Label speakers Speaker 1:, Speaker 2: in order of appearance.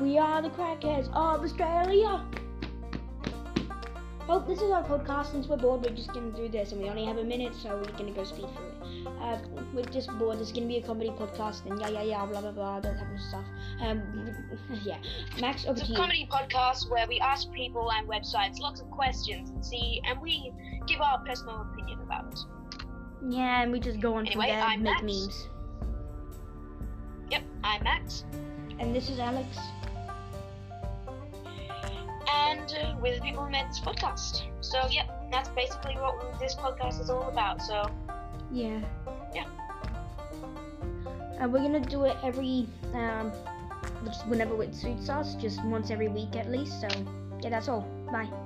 Speaker 1: We are the crackheads of Australia. Well, this is our podcast. Since we're bored, we're just gonna do this, and we only have a minute, so we're gonna go speed through it. Uh, we're just bored. This is gonna be a comedy podcast, and yeah, yeah, yeah, blah blah blah, that type of stuff. Um, yeah, Max, over
Speaker 2: It's
Speaker 1: to
Speaker 2: a
Speaker 1: you.
Speaker 2: comedy podcast where we ask people and websites lots of questions and see, and we give our personal opinion about it.
Speaker 1: Yeah, and we just go on
Speaker 2: Anyway,
Speaker 1: from there and
Speaker 2: I'm
Speaker 1: make
Speaker 2: Max.
Speaker 1: memes.
Speaker 2: Yep, I'm Max,
Speaker 1: And this is Alex.
Speaker 2: and uh, we're the People Who Made This Podcast. So, yep, that's basically what this podcast is all about. So,
Speaker 1: Yeah.
Speaker 2: Yeah.
Speaker 1: Uh, we're gonna do it every, um, just whenever it suits us, just once every week at least. So, yeah, that's all. Bye.